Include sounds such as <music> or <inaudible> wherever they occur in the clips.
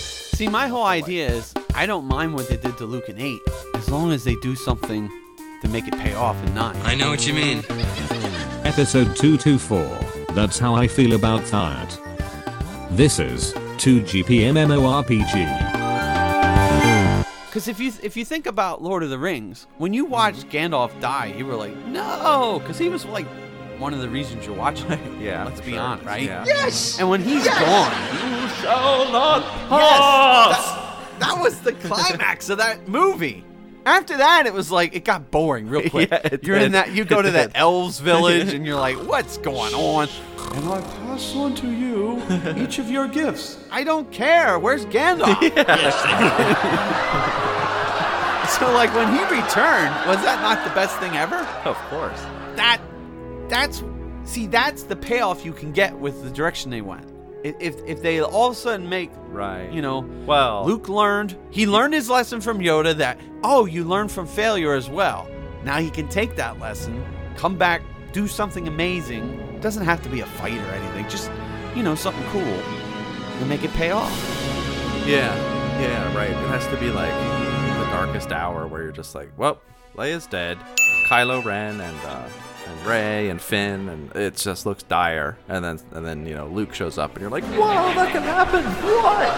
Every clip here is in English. See, my whole idea is I don't mind what they did to Luke and 8, as long as they do something to make it pay off in 9. I know what you mean. Episode 224. That's how I feel about that. This is 2GPMMORPG. Because if you if you think about Lord of the Rings, when you watched Mm-hmm. Gandalf die, you were like, no, because he was like one of the reasons you're watching it. <laughs> Yeah, let's for be sure. honest, right? Yeah. Yes. And when he's gone, that, that was the climax of that movie. After that, it was like it got boring <laughs> real quick. Yeah, it you're in did. that you go <laughs> It to that did. elves <laughs> village, and you're like, what's going on? And I pass on to <laughs> you each of your <laughs> gifts. I don't care. Where's <laughs> Gandalf? so like when he returned, was that not the best thing ever? Of course. that that's see that's the payoff you can get with the direction they went I- if if they all of a sudden make Right. you know Well- luke learned he learned his lesson from yoda that oh you learn from failure as well now he can take that lesson come back do something amazing doesn't have to be a fight or anything just you know something cool and make it pay off Yeah. Yeah, right. It has to be like the darkest hour where you're just like, well, Leia's dead. Kylo Ren and uh and Ray and Finn and it just looks dire. And then and then, you know, Luke shows up and you're like, Whoa, that can happen. What?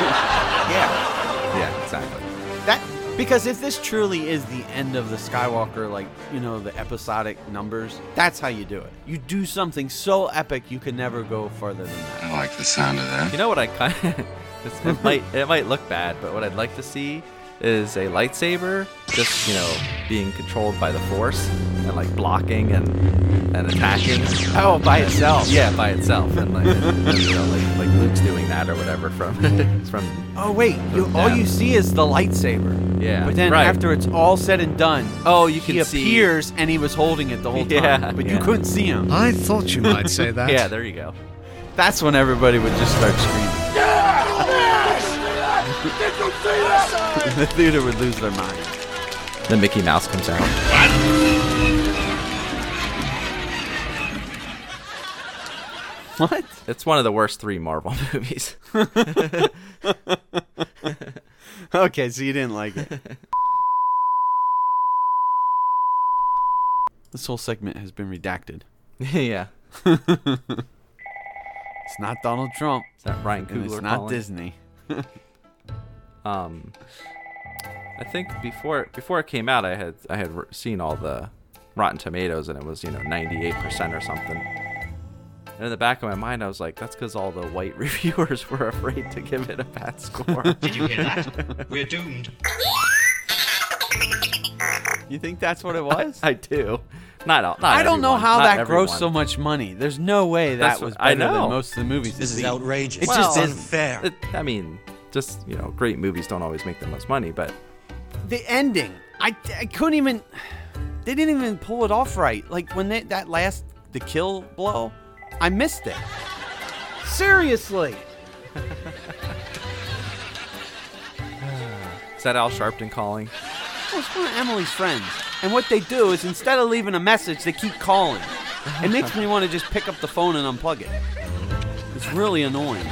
yeah yeah, exactly. That because if this truly is the end of the Skywalker, like you know the episodic numbers, that's how you do it. You do something so epic you can never go further than that. I like the sound of You that. know what I kind of <laughs> it might it might look bad, but what I'd like to see is a lightsaber just you know being controlled by the force and like blocking and and attacking. Oh, by itself. Yeah, by itself, and like, and, you know, like like Luke's doing that or whatever from <laughs> from. Oh wait, you, all you see is the lightsaber. Yeah, But then right. after it's all said and done, Oh, you can he see. appears and he was holding it the <laughs> whole time, Yeah, but you yeah. couldn't see him. I thought you might say that. Yeah, there you go. That's when everybody would just start screaming. <laughs> the theater would lose their mind. Then Mickey Mouse comes out. What? It's one of the worst three Marvel <laughs> movies. Okay, so you didn't like it. <laughs> this whole segment has been redacted. yeah, It's not Donald Trump. is that Ryan Coogler? And it's not calling? Disney. um I think before before it came out I had I had re- seen all the Rotten Tomatoes and it was you know 98% or something and in the back of my mind I was like that's because all the white <laughs> reviewers were afraid to give it a <laughs> bad score You hear that? We're doomed. You think that's what it <laughs> was? I do not all not I don't know everyone, how not that everyone. grossed so much money. There's no way that That's was what- I better than know. most of the movies. This is The- outrageous. It's just Well, in- unfair. it, I mean just you know great movies don't always make the most money but the ending. I, I couldn't even. They didn't even pull it off right. Like when they, that last the kill blow, I missed it. Seriously. is that Al Sharpton calling Well, it's one of Emily's friends. And what they do is instead of leaving a message, they keep calling. It makes me want to just pick up the phone and unplug it. It's really annoying.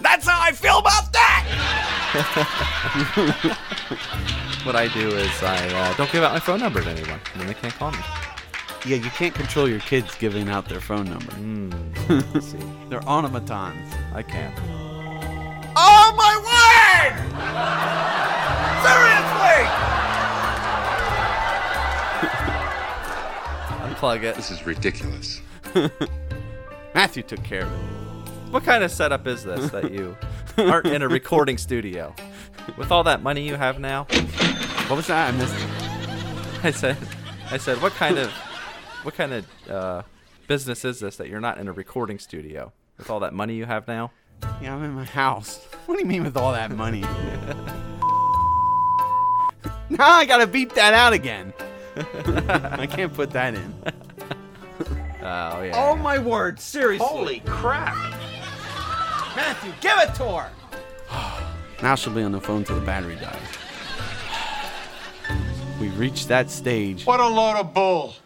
That's how I feel about that! what I do is I uh, don't give out my phone number to anyone and then they can't call me Yeah, you can't control your kids giving out their phone number. <laughs> Let's see They're automatons. I can't Oh my word! Seriously! unplug it This is ridiculous. Matthew took care of it. What kind of setup is this that you aren't in a recording studio? With all that money you have now? What was that? I missed it. I said I said what kind of what kind of uh, business is this that you're not in a recording studio? With all that money you have now? Yeah, I'm in my house. <laughs> What do you mean with all that money? <laughs> now I gotta beat that out again. <laughs> I can't put that in. Oh yeah. Oh my word, seriously. Holy crap. Matthew, give it to her! now she'll be on the phone till the battery dies. We've reached that stage. What a load of bull.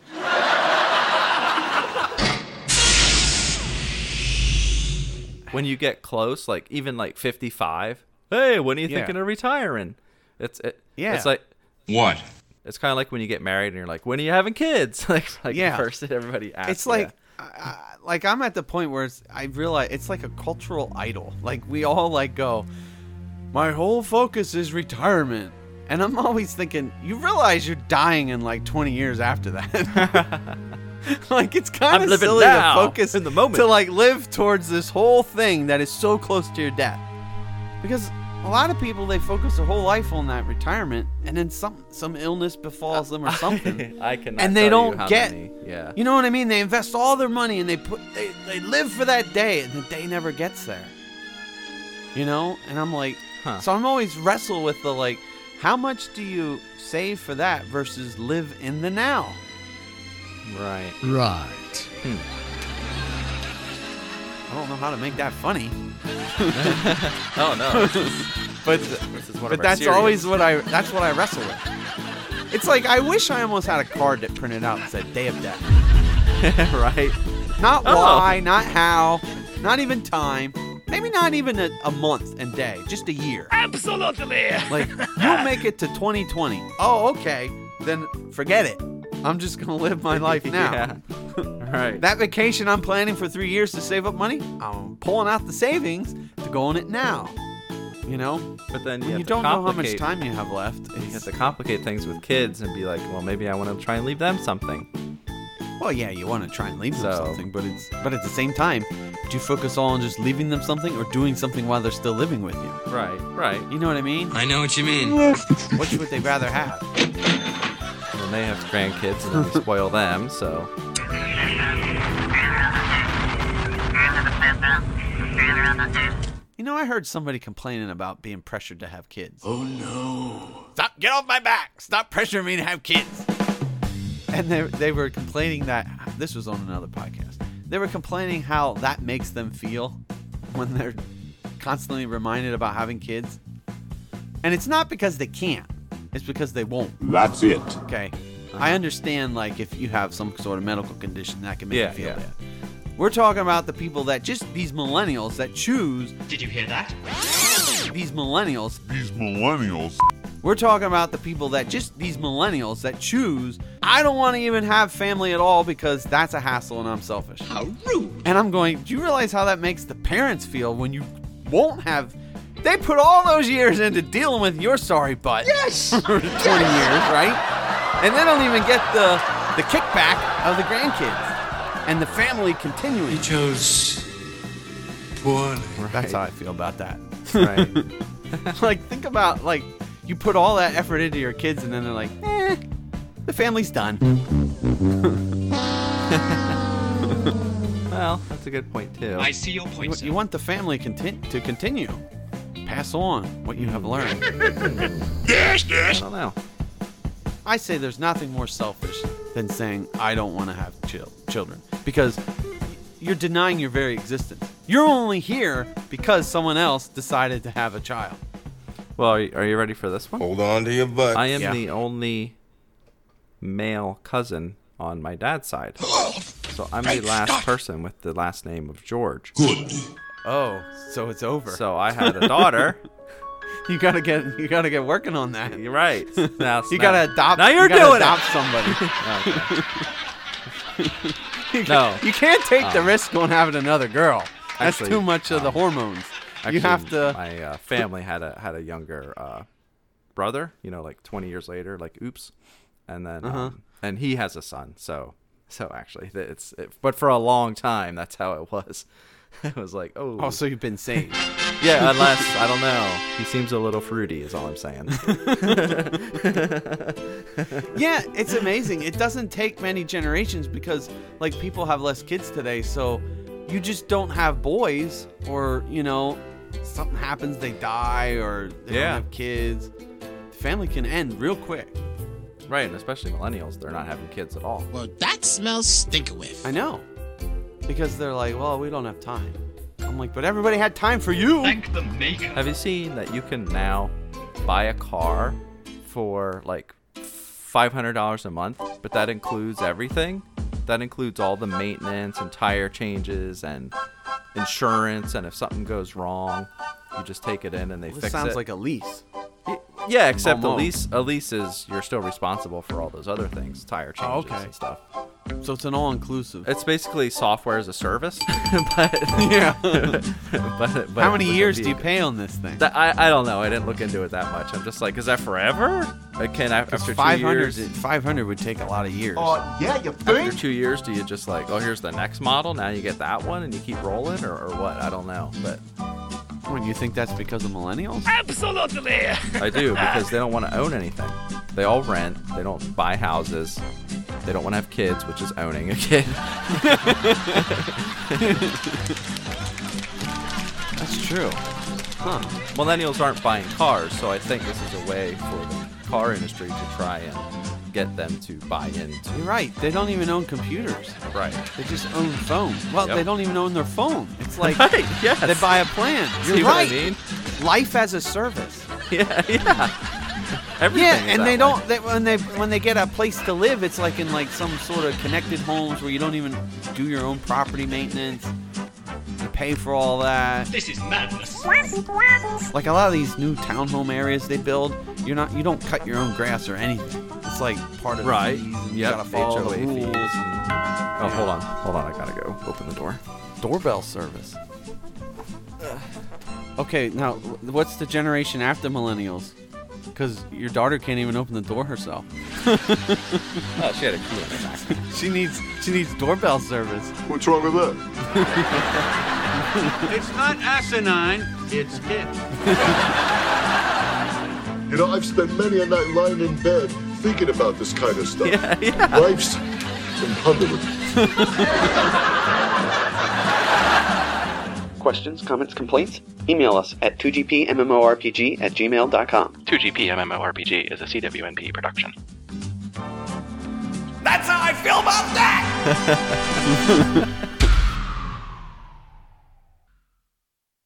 when you get close, like even like 55, hey, when are you Yeah. thinking of retiring? It's it, Yeah. It's like What? it's kind of like when you get married and you're like, when are you having kids? <laughs> like like Yeah. the first that everybody asks. It's like, I, I, like I'm at the point where it's, I realize it's like a cultural idol. Like we all like go, my whole focus is retirement, and I'm always thinking, you realize you're dying in like 20 years after that. <laughs> like it's kind I'm of living silly now, to focus in the moment. to like live towards this whole thing that is so close to your death, because. A lot of people they focus their whole life on that retirement, and then some some illness befalls them or <laughs> something, I cannot and they tell you don't how get many- yeah. you know what i mean they invest all their money and they put they, they live for that day and the day never gets there you know and i'm like Huh. so i'm always wrestle with the like how much do you save for that versus live in the now right. Right. i don't know how to make that funny <laughs> Oh no. This is, but this is one of our but that's serious- always what i that's what i wrestle with it's like i wish i almost had a card that printed out and said day of death <laughs> right. Not Oh. why, not how, not even time, maybe not even a, a month and day, just a year. <laughs> Absolutely. Like, you'll make it to 2020. Oh, okay. Then forget it. I'm just going to live <laughs> my <laughs> life now. yeah. Right. That vacation I'm planning for three years to save up money, I'm pulling out the savings to go on it now. You know? but then When you, you, have to don't know how much complicate- time you have left. You have It's, to complicate things with kids and be like, well, maybe I want to try and leave them something. well, yeah, you want to try and leave them So- something, but it's but at the same time, do you focus all on just leaving them something or doing something while they're still living with you? Right. Right. You know what I mean? I know what you Uh, mean. Which would they rather have? And they have grandkids and <laughs> then we spoil them, so. You know, I heard somebody complaining about being pressured to have kids. Oh no. Stop! Get off my back! Stop pressuring me to have kids. And they they were complaining that this was on another podcast. They were complaining how that makes them feel when they're constantly reminded about having kids. And it's not because they can't; it's because they won't. That's it. Okay. Uh-huh. I understand, like, if you have some sort of medical condition that can make Yeah, you feel yeah. bad. We're talking about the people that just these millennials that choose Did you hear that? these millennials. These millennials. We're talking about the people that just these millennials that choose. I don't want to even have family at all because that's a hassle and I'm selfish. How rude. And I'm going, do you realize how that makes the parents feel when you won't have? They put all those years into dealing with your sorry butt. Yes. for 20 years, right? And they don't even get the the kickback of the grandkids and the family continuing. Chose poorly. That's how I feel about that. <laughs> <laughs> Right. like, think about like you put all that effort into your kids, and then they're like, eh, the family's done. well, that's a good point, too. I see your point, You, sir. you want the family conti- to continue, pass on what you have learned. I don't know. I say there's nothing more selfish than saying I don't want to have chil- children because you're denying your very existence. You're only here because someone else decided to have a child. Well, are you, are you ready for this one? Hold on to your butt. I am Yeah. the only male cousin on my dad's <gasps> side. Oh, So I'm the last person with the last name of George. Oh, so it's over. So I had a daughter. <laughs> you gotta get you gotta get working on that. You're right. Now, <laughs> You gotta adopt. Now you're you gotta doing adopt it. <laughs> somebody. <laughs> you No. Uh. you can't take the risk on having another girl. That's Actually, um, too much of the hormones. Actually, you have to. My uh, family had a had a younger uh, brother. You know, like 20 years later. Like, oops. And then, Uh-huh. um, and he has a son. So, so actually, th- it's it, but for a long time, that's how it was. <laughs> it was like, oh, also, you've been saved. <laughs> yeah. Unless I don't know. He seems a little fruity. Is all I'm saying. yeah, it's amazing. It doesn't take many generations because like people have less kids today, so you just don't have boys or, you know, something happens, they die or they Yeah. don't have kids. The family can end real quick. right, and especially millennials, they're not having kids at all. Well, that smells stinker with. I know. Because they're like, "Well, we don't have time." I'm like, "But everybody had time for you." Thank the maker. Have you seen that you can now buy a car for like $500 a month, but that includes everything? That includes all the maintenance and tire changes and insurance, and if something goes wrong, you just take it in and they This fix sounds it. like a lease. yeah, except Almost. Elise, Elise is you're still responsible for all those other things, tire changes Oh, okay. and stuff. So it's an all-inclusive. It's basically software as a service, <laughs> but yeah. <laughs> but, but How many with a years do you vehicle. pay on this thing? That- I, I don't know. I didn't look into it that much. I'm just like, is that forever? Uh, Can I, after two 500, years? did- 500 would take a lot of years. Oh. After two years, do you just like, oh, here's the next model. Now you get that one, and you keep rolling, or, or what? I don't know, but When you think that's because of millennials? I <laughs> do because they don't want to own anything. They all rent. They don't buy houses. They don't want to have kids, which is owning a kid. That's true. Huh. Millennials aren't buying cars, so I think this is a way for the car industry to try and get them to buy into. You're right. They don't even own computers. Right. They just own phones. Well, Yep. they don't even own their phone. <laughs> It's like Right, yes. they buy a plan. You're See what I right. mean? Life as a service. Yeah, yeah. Everything. Yeah, is and that they way. don't. They, when they when they get a place to live, it's like in like some sort of connected homes where you don't even do your own property maintenance. You pay for all that. This is madness. Like a lot of these new townhome areas they build, you're not you don't cut your own grass or anything. It's like part of Right. fees and you Yep. gotta follow the HOA fees rules. and- Oh, hold on. Hold on. I gotta go open the door. Doorbell service. Okay, now wh- what's the generation after millennials? Because your daughter can't even open the door herself. Oh, she had a key in her back. She needs she needs doorbell service. What's wrong with that? It's not asinine, it's hip. You know, I've spent many a night lying in bed thinking about this kind of stuff. Yeah, yeah. Life's imponderable. Questions, comments, complaints? Email us at 2gpmmorpg at gmail.com. 2GP MMORPG is a CWNP production. That's how I feel about that!